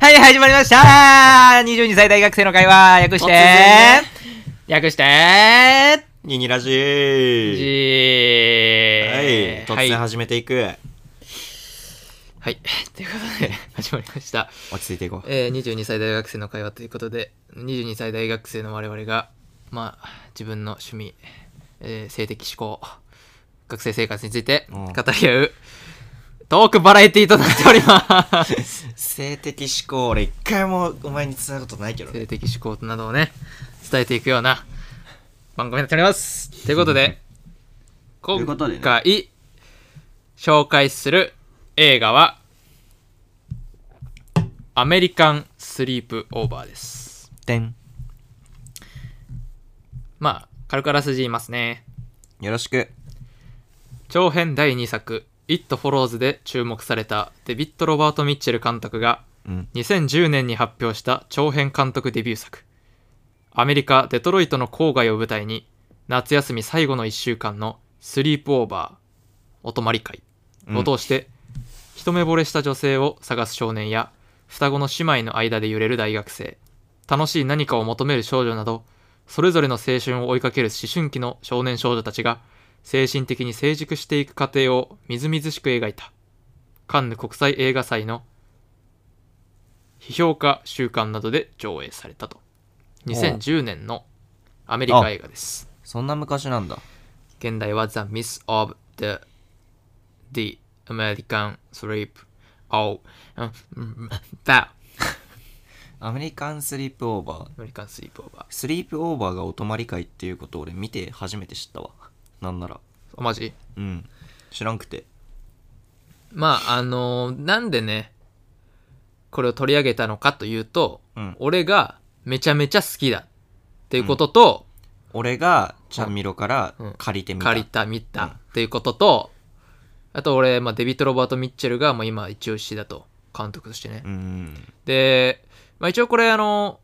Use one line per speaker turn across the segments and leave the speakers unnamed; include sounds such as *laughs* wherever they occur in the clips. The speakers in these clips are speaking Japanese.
はい、始まりました !22 歳大学生の会話、略して、
突然ね
略して、
ニニラジ
じ
ー
ー
はい、突然
はい。
始めていく、
はい。 *laughs* ということで、始まりました。
落ち着いていこう
えー、22歳大学生の会話ということで、22歳大学生の我々が、まあ、自分の趣味、えー性的思考、学生生活について
うん
語り合う、トークバラエティとなっており *laughs* ます。
性的思考俺一回もお前につなぐことないけどね
性的思考などをね伝えていくような番組になっておりますということで
いう
今
*laughs* ことでね
回紹介する映画は「アメリカン・スリープ・オーバー」です
てん
まあ軽くあらすじ言いますね
よろしく
長編第2作「It Follows」で注目されたデビッド・ロバート・ミッチェル監督が
うん
2010年に発表した長編監督デビュー作アメリカ・デトロイトの郊外を舞台に夏休み最後の1週間のスリープオーバーお泊まり会を通して、一目惚れした女性を探す少年や双子の姉妹の間で揺れる大学生楽しい何かを求める少女などそれぞれの青春を追いかける思春期の少年少女たちが精神的に成熟していく過程をみずみずしく描いたカンヌ国際映画祭の批評家週間などで上映されたと2010年のアメリカ映画です
そんな昔なんだ
現代は The Miss of the, the American Sleep of the
アメリカンスリープオーバー
American Sleepover。
スリープオーバーがお泊まり会っていうこと俺見て初めて知ったわなんなら
あマジ
うん知らんくて
まあ、あのーなんでね、これを取り上げたのかというと、
うん
俺がめちゃめちゃ好きだっていうことと、
俺がちゃんみろから借りてみた、
借りた、見たっていうことと、あと俺、まあ、デビット・ロバート・ミッチェルが、まあ、今一押しだと、監督としてね。
うん
で、まあ、一応これあの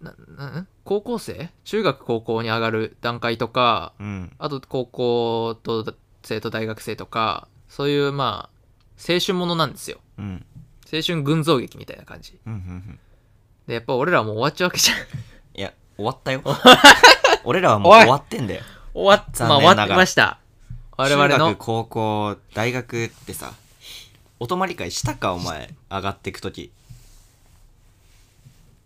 ななん高校生中学高校に上がる段階とか
うん
あと高校と生と大学生とかそういうまあ青春ものなんですよ
うん
青春群像劇みたいな感じ
うんうんうん
でやっぱ俺らもう終わっちゃうわけじゃん *laughs*
いや終わったよ俺らはもう終わってんだよ
終わっ
残
まあ
念なが
終わ
ら
ってました我々
中
の
学高校大学ってさお泊まり会したかお前上がってく時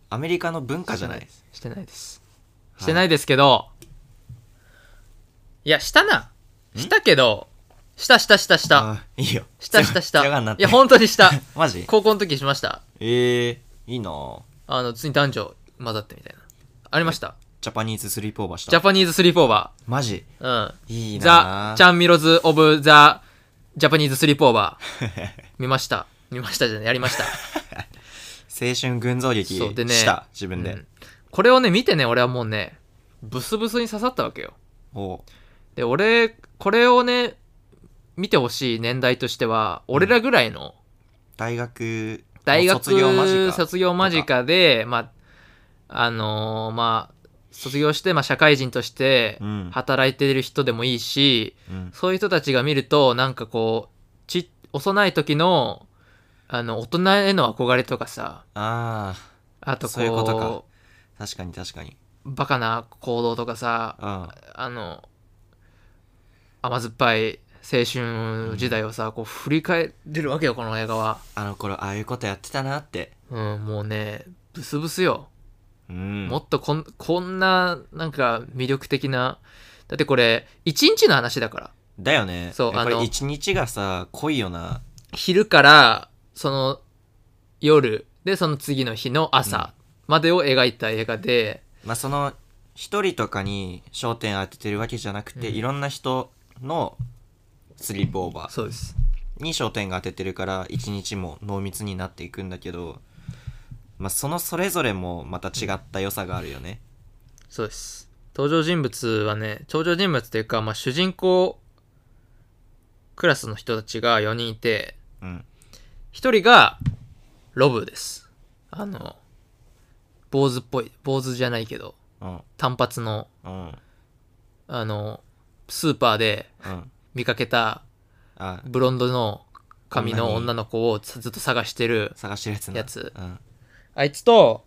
アメリカの文化じゃない
してないです
はい
してないですけど、い、やしたなしたけどしたしたしたした
あいいよ
したしたした
強がんなっ
い
て
や本当にした
マジ
高校の時にしました
ええいいなぁ
あの普通に男女混ざってみたいなありました
ジャパニーズスリープオーバーした
ジャパニーズスリープオーバ
マジ
ー
い
うん
い
ザ・
な
チャンミロズ・オブ・ザ・ジャパニーズスリープオー
*laughs*
バー見ました見ましたじゃないやりました
青春群像劇
そうでね
した自分
う
で
んこれをね見てね俺はもうねブスブスに刺さったわけよ
おう
で俺これをね見てほしい年代としては俺らぐらいの
大学
大学
卒業間近
卒業間近でまああのーまあ卒業して、まあ、社会人として
うん
働いてる人でもいいし、
うん
そういう人たちが見るとなんかこうち幼い時のあの大人への憧れとかさ
あ
あとこう
そういうことかあ確かに確かに
バカな行動とかさ
うん
あの甘酸っぱい青春時代をさ、こう振り返れるわけよこの映画は、
あの頃ああいうことやってたなって
うん、もうねブスブスよ
うん
もっとこんこんななんか魅力的なだってこれ一日の話だから
だよね
そう
やっぱ
あの
り一日がさ濃いよな
昼からその夜でその次の日の朝までを描いた映画で、
まあその一人とかに焦点当ててるわけじゃなくて、
うん
いろんな人のスリープオーバー
そうです
に焦点が当ててるから一日も濃密になっていくんだけどまあそのそれぞれもまた違った良さがあるよね
そうです登場人物はね登場人物というか、まあ、主人公クラスの人たちが4人いて
うん
1人がロブですあの坊主っぽい坊主じゃないけど
うん
単発の
うん
あのスーパーで
うん
見かけた
あ
ブロンドの髪の女
の
の子をずっと探してる
探してるやつな
やつ
うん、あ
あいつと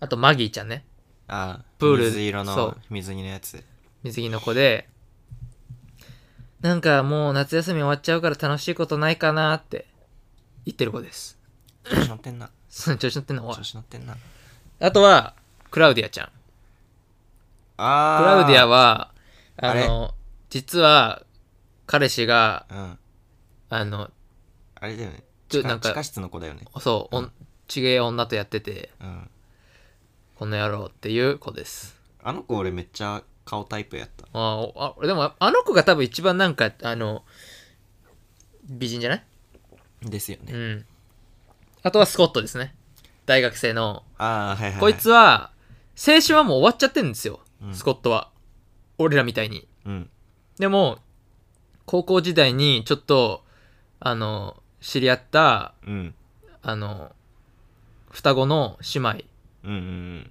あとマギーちゃんね
あ
プール
水色
そ
の
う
水着のやつ
*laughs* 水着の子でなんかもう夏休み終わっちゃうから楽しいことないかなって言ってる子です
調子乗ってんな
その調子乗ってんのは
調子乗ってんな
あとはクラウディアちゃん
ああ
クラウディアはあ
あれ
の実は彼氏が
うん
あの
あれだよね
ちょ
地下
なんか
地下室の子だよね
そうおんちげえ女とやってて
うん
この野郎っていう子です
あの子俺めっちゃ顔タイプやった
あーあでもあの子が多分一番なんかあの美人じゃない
ですよね、
うんあとはスコットですね大学生の
ああはいはい、はい、
こいつは青春はもう終わっちゃってるんですよ、
うん
スコットは俺らみたいに
うん
でも高校時代にちょっとあの知り合った
うん
あの双子の姉妹
うんうんうん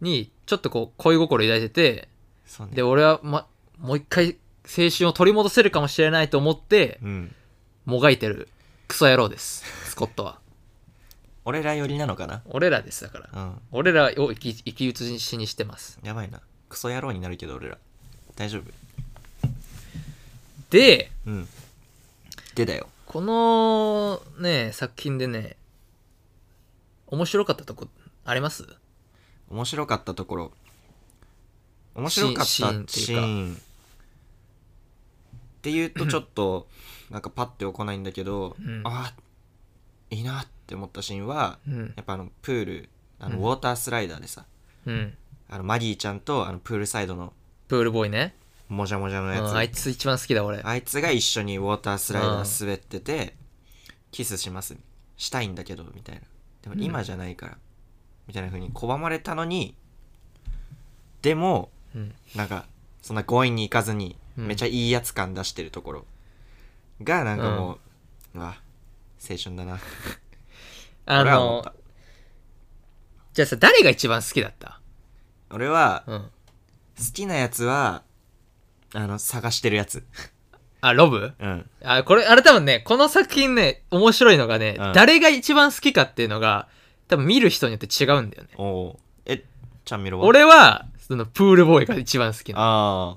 にちょっとこう恋心抱いてて
そうね
で俺は、ま、もう一回青春を取り戻せるかもしれないと思って
うん
もがいてるクソ野郎ですスコットは
俺ら寄りなのかな
俺らですだから
うん
俺らを生き生き写しにしてます
やばいなクソ野郎になるけど俺ら大丈夫
で
うんでだよ
このね作品でね面白かったとこあります
面白かったところ面白かったシ
シーン
ーン
シー
っていうとちょっ
*laughs*
となんかパッて来ないんだけど、
うん
あーいいなって思ったシーンは
うん
やっぱあのプールあの
うん
ウォータースライダーでさ、
うん
あのマギーちゃんとあのプールサイドの
プールボーイね
もじゃもじゃの
う
やつ、
んあいつ一番好きだ俺
あいつが一緒にウォータースライダー滑ってて、キスしますしたいんだけどみたいなでも
うん
今じゃないから、みたいな風に拒まれたのにでも
うん
なんかそんな強引に行かずに
うん
めちゃいいやつ感出してるところがなんかもう、うわ青春だな
あ
俺は思っ
の
た
じゃあさ誰が一番好きだった
俺は好
うん
きなやつはあの探してるやつ
あロブ
うん
あこれあれ多分ねこの作品ね面白いのがね、
うん
誰が一番好きかっていうのが多分見る人によって違うんだよね
おおえちゃんみろは
俺はそのプールボーイが一番好きなの
ああ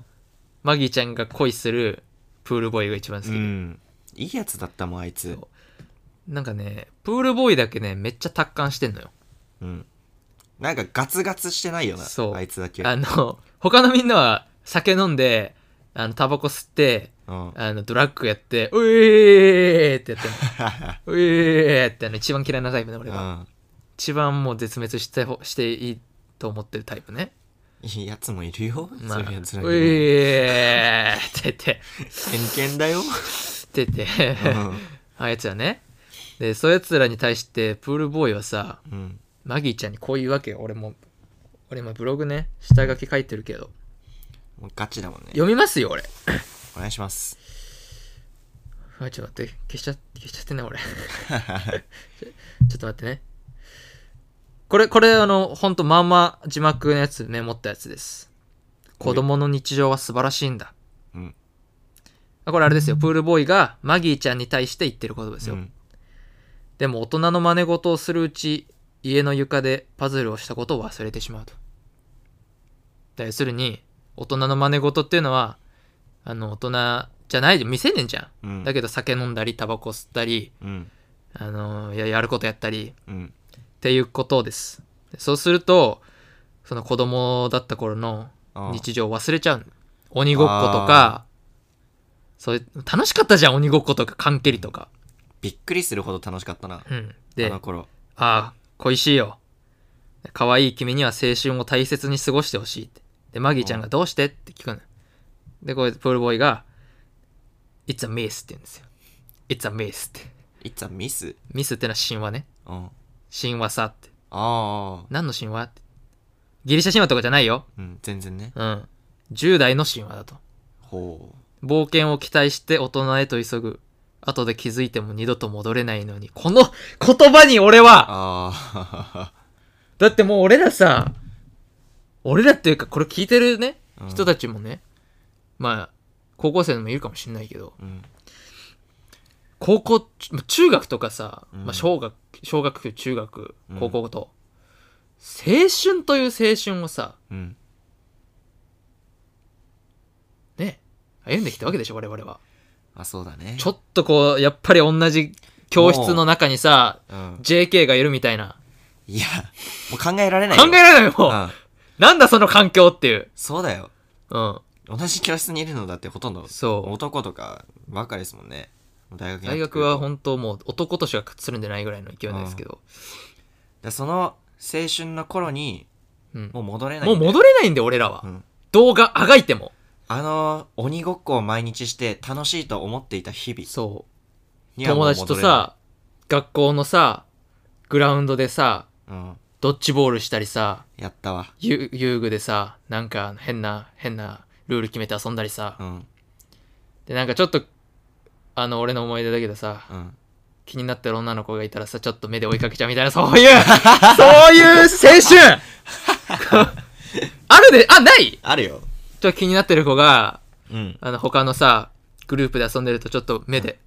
マギーちゃんが恋するプールボーイが一番好
う
きで、
んいいやつだったもんあいつ
そなんかねプールボーイだけねめっちゃ達観してんのよ
うんなんかガツガツしてないよな
そう
あいつだけ
あの他のみんなは酒飲んであのタバコ吸って
うん、
*laughs* あのドラッグやって「うえー!」ってや
*laughs*
ってんのうえー!」ってあの一番嫌いなタイプね
う
俺は、
ん、
一番もう絶滅してほしていいと思ってるタイプね
いいやつもいるよ、
まあ「
そうういうやつらにも
えー!」って言って
偏見だ
*laughs*
よ、
って言ってあやつはねでそういうやつらに対してプールボーイはさ
うん、うん、
マギーちゃんにこういうわけよ俺も俺もブログね下書き書いてるけど
もうガチだもんね
読みますよ俺
お願いします
あちょっと待って消しちゃ消しちゃってね
*laughs*
俺ちょちょっと待ってねこれこれあのほんとまんま字幕のやつメモったやつです子供の日常は素晴らしいんだ
うん
あこれあれですよプールボーイがマギーちゃんに対して言ってることですよ、
うん
でも大人の真似事をするうち家の床でパズルをしたことを忘れてしまうと。だ要するに大人の真似事っていうのはあの大人じゃない未成年じゃ、
うんん
だけど酒飲んだりタバコ吸ったり、
うん
あのややることやったり
うん
っていうことです。そうするとその子供だった頃の
ああ
日常を忘れちゃうの鬼ごっことかそういう楽しかったじゃん鬼ごっことか缶蹴りとか。
びっくりするほど楽しかったな
うん、
あ
で
の頃
ああ、恋しいよ。可愛い君には青春を大切に過ごしてほしいって。で、マギーちゃんがどうしてって聞くの。で、これ、プールボーイが、It's a miss って言うんですよ。It's a miss って。
いつはミスうん
ミスってのは神話ね。
あ
神話さって。
あ
何の神話って。ギリシャ神話とかじゃないよ。
うん全然ね
うん。10代の神話だと。
ほ
冒険を期待して大人へと急ぐ。後で気づいても二度と戻れないのに。この言葉に俺
う
は
あ
だってもう俺らさ、俺らっていうかこれ聞いてるね、
*laughs* うん
人たちもね、まあ、高校生でもいるかもしれないけど、
あうん
高校中学とかさ、
うん
まあ、小学小学中学
うん
高校と、青春という青春をさ
うん
ね歩んできたわけでしょ我々は
あそうだね
ちょっとこうやっぱり同じ教室の中にさ
うん
JK がいるみたいない
やもう考えられない
考えられないもん、
うん
なんだその環境っていう
そうだよ
うん
同じ教室にいるのだってほとんど
そ
男とかばっかりですもんねもう大
う
学になっ
大
て
学
くると
は本当もう男としかつるんでないぐらいの勢いなんですけど、
でその青春の頃に
うん
もう戻れない
もうん
だよ
戻れないんで俺らは、
うん
動画あがいても
あの鬼ごっこを毎日して楽しいと思っていた日々
そう
にはも
友
う
達
戻
と
れな
さ学校のさグラウンドでさ
いうん、
ドッジボールしたりさ
やったわ
遊遊具でさなんか変な変なルール決めて遊んだりさ
うん
でなんかちょっとあの俺の思い出だけどさ
うん
気になってる女の子がいたらさちょっと目で追いかけちゃうみたいなそういう *laughs* そういう青春 *laughs* あるであないちょ
あるよ
っと気になってる子が
うん
あの他のさグループで遊んでるとちょっと目で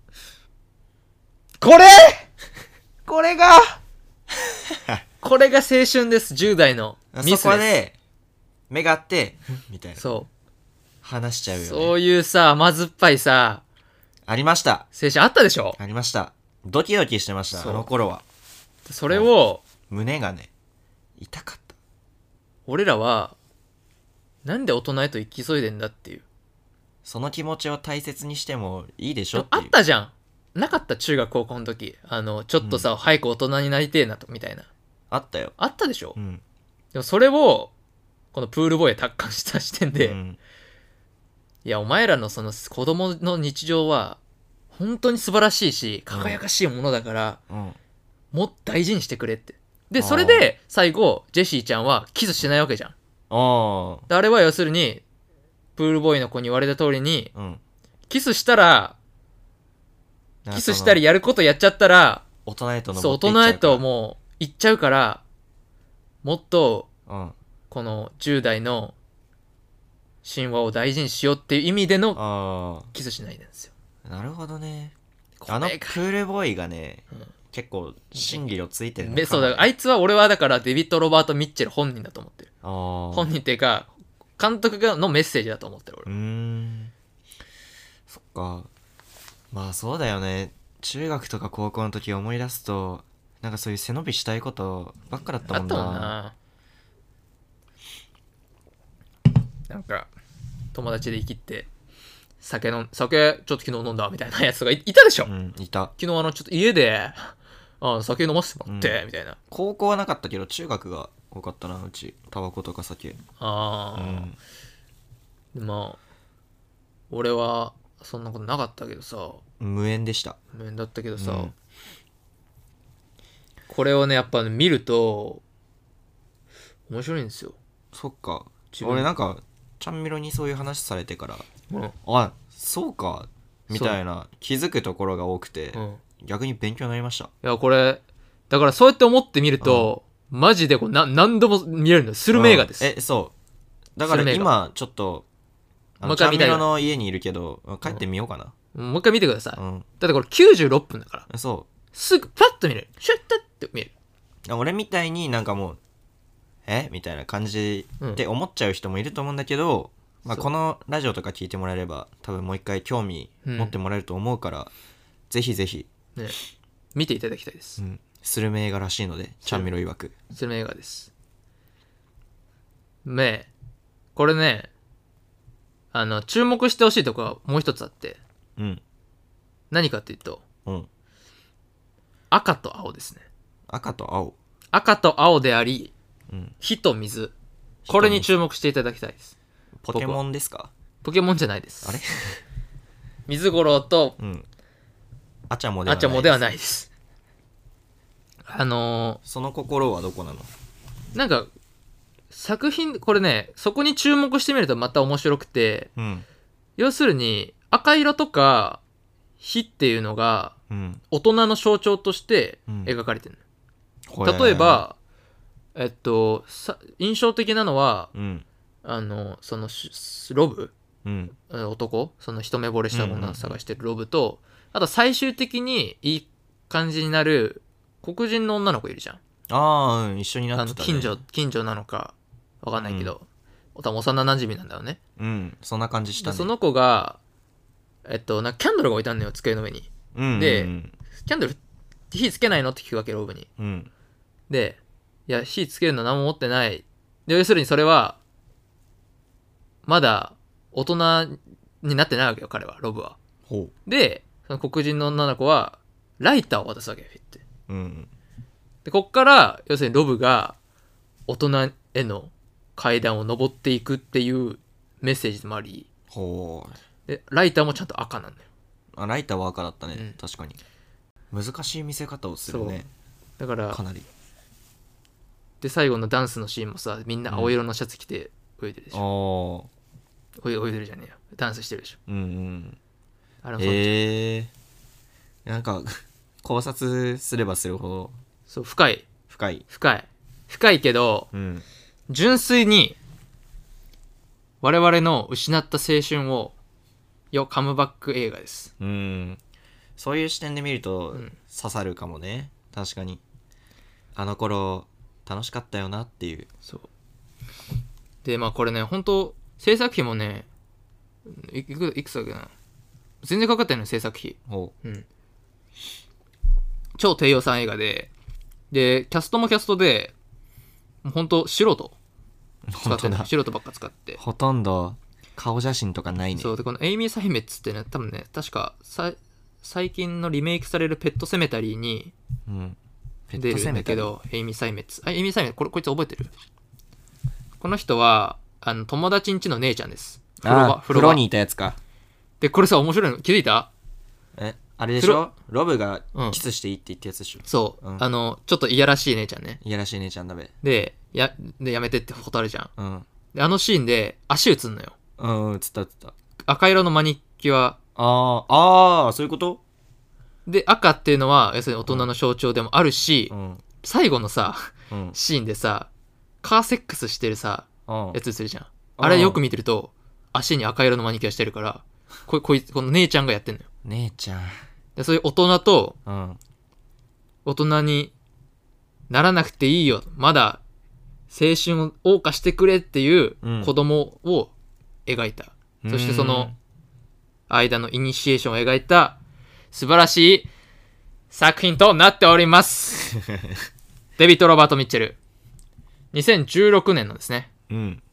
*laughs* これ
こ
*laughs*
れが
これが青春です10代のミスで
そ
す
こで目が合ってみたいな
そ
話しちゃ
う
う
そ
よ、
う
ね、
いうさ甘酸っぱいさ
ありました
青春あったでしょ
ありましたドキドキしてました
そう
あの頃は
それを
胸がね痛かった
俺らはなんで大人へと行き急いでんだっていう
その気持ちを大切にしてもいいでし
で
ょっ
も
て
あ
いう
ったじゃんなかった中学高校の時あのちょっとさ、早く大人になりてえなとみたいな
あったよ
あったでしょ、
うん
でもそれをこのプールボーイへ達観した視点で、
うん
いやお前らのその子供の日常は本当に素晴らしいし輝かしいものだから、
うん
もっと大事にしてくれって。で、
あー
それで最後、ジェシーちゃんはキスしてないわけじゃん。
あ
であれは要するに、プールボーイの子に言われた通りに、
あうん
キスしたら、キスしたりやることやっちゃったら、
大人へと
そう、
登
大人へ
っていっちゃ
と
うか
もう行っちゃうから、もっと、
らうん
この10代の神話を大事にしようっていう意味での
あ
キスしないなんですよ。
あなるほどね
こ
あのプ
れが
ールボーイがね、
うん
結構真理をついてるのか
でそうだから、
あ
あいつは俺はだからデビッド・ロバート・ミッチェル本人だと思ってる。
ー
本人っていうか、監督がのメッセージだと思ってる俺は
うーんそっかまあそうだよね中学とか高校の時思い出すとなんかそういう背伸びしたいことばっかだった
あ
も
っ
ん
た
な
もんななんか友達で生きって酒の酒ちょっと昨日飲んだみたいなやつがいいたでしょ、
うんいた
昨日あのちょっと家であ酒飲ませてもらって、
う
みたいな
高校はなかったけど中学が多かったなうちタバコとか酒う
あ
ん
あ、まあ俺はそんなことなかったけどさ
無縁でした
無縁だったけどさ、
うん
これをねやっぱ、ね、見ると面白いんですよ、
そっか
自分
俺なんかちゃんみろにそういう話されてから
うん
あそうかみたいな気づくところが多くて、
うん、
逆に勉強になりました
いや、これ、だからそうやって思ってみると、マジでこうな何度も見れるのよ。ス
フ
ルメ映画です。
えそうだか
スル
ら
メ映画
今ちょっとあ
もう
の
一
ちゃ
回見
んみ
たいな
ろの家にいるけど帰ってみようかな
もう一回見てください。
うん、
だってこれ96分だから。
そ
すぐ、パッと見れる。シュッタッと見れる。
う俺みたいになんかもうえみたいな感じって思っちゃう人もいると思うんだけど、まあ、
そう
このラジオとか聞いてもらえれば多分もう一回興味持ってもらえると思うから、ぜひぜひ、
ね。見ていただきたいで
う
す。
ん、スルメ映画らしいのでちゃんみろ曰く
スルメ映画です。ねえ、これね、あの、注目してほしいとこはもう一つあって、
うん
何かっていうと、
うん
赤と青ですね。
赤と青
赤と青であり、
うん
火と水。これに注目していただきたいです。
ポケモンですか
ポケモンじゃないです。
あれ
水五郎と
うん。あちゃもでは
あ
ない。
ちゃもではないです。あの
その心はどこなの
ーなんか、作品、これね、そこに注目してみるとまた面白くて、
うん。
要するに、赤色とか、火っていうのが、
うん。
大人の象徴として
うん
描かれてる、
これ
例え、ば、えっと、さ印象的なのは、
うん。
あの、その、しロブ
うん。
えー男その一目惚れした女を探してるロブと、あと最終的にいい感じになる黒人の女の子いるじゃん。
ああ、うん、一緒にな
あ
って
の
た、ね。
近所、近所なのかわかんないけど、多分幼馴染なんだよね。
うん、そんな感じした
で
ね。
その子が、えっと、なんかキャンドルが置いてあるのよ、机の上に。
うん、
で
うん、
キャンドル火つけないのって聞くわけ、ローブに。
うん。
で、いや、火つけるの何も持ってない。で、要するにそれは、まだ大人になってないわけよ、彼は、ロブは。
ほ
で、その黒人の女の子は、ライターを渡すわけよ、フィって。
う。うん。
で、こっから、要するにロブが、大人への階段を登っていくっていうメッセージでもあり、
ほう。
で、ライターもちゃんと赤なんだよ。
あライターは赤だったね、
うん
確かに難しい見せ方をするね
だから
か、なり
で、最後のダンスのシーンもさ、みんな青色のシャツ着て泳いでるでし
あ
ょ。
ー
泳い泳いでるじゃねえよ。ダンスしてるでしょ。
うんうん
あれもそう
ええー、なんか *laughs* 考察すればするほど
そう、深い、
深い
深い。深いけど、
うん
純粋に、我々の失った青春を、よ、カムバック映画です。
うんそういう視点で見ると
うん
刺さるかもね、確かにあの頃楽しかったよなっていう
そうでまあこれね本当制作費もねいいくいくつだっけな全然かかってないの制作費
ほ
うん超低予算映画ででキャストもキャストでもう本当素人
う
使
本
って
当
んの
だ
素人ばっか使って、
ほとんど顔写真とかないね
そうでこのエイミー・サヒメッツってね多分ね確かさ最近のリメイクされるペットセメタリーに
うんペ
出るんだけ
タリー
ど、エイミー・サイメッツ。あ、エイミー・サイメッツ、これ、こいつ覚えてるこの人は、あの、友達んちの姉ちゃんです。風呂
あ
場、
ー風呂にいたやつか
で、これさ、面白いの気づいた
えあれでしょロブが
うん
キスしていいって言ったやつでしょ、
そう、
うん
あの、ちょっといやらしい姉ちゃんね。
いやらしい姉ちゃんだべ
で、や、でやめてってことあるじゃん。
うん
で、あのシーンで、足映んのよ。
うん映った映った
赤色のマニキュア。
あーあーそういうこと
で、赤っていうのは、要するに大人の象徴でもあるし、
うん
最後のさ、
うん
シーンでさ、カーセックスしてるさ、
うん
やつするじゃん。あれよく見てると、足に赤色のマニキュアしてるから、ここいつ、この姉ちゃんがやってんのよ。
姉ちゃん
でそういう大人と、
うん
大人にならなくていいよ。まだ、青春を謳歌してくれっていう
うん
子供を描いた。そしてその間のイニシエーションを描いた、素晴らしい作品となっており
*laughs*
ます。デビッド・ロバート・ミッチェル。2016年のですね。
うん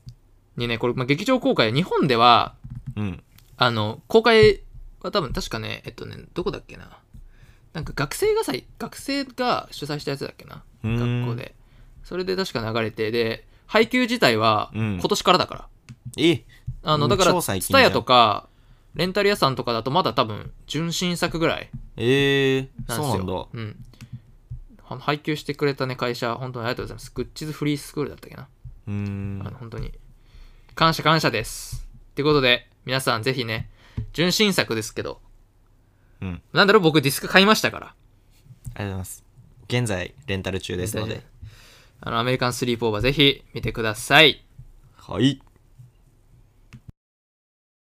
にね、これ、まあ、劇場公開、日本では、
うん
あの、公開は多分確かね、えっとね、どこだっけな。なんか学生が祭、学生が主催したやつだっけな。
うん
学校で。それで確か流れて、で、配給自体は
うん
今年からだから。
え
あの、だか
うん
ら、
超
ツ
最近
タ
だよ
ヤとか、レンタル屋さんとかだとまだ多分、純真作ぐらい
えー、
なん
そ
で
う
すよ。
なんだ
うん。は配給してくれたね、会社、本当にありがとうございます。グッチズフリースクールだったっけな。
うーん
あの本当に感謝感謝です。ってことで皆さんぜひね純真作ですけど
うん
なんだろう僕ディスク買いましたから
ありがとうございます現在レンタル中ですので
あのアメリカンスリープオーバーぜひ見てください。
はい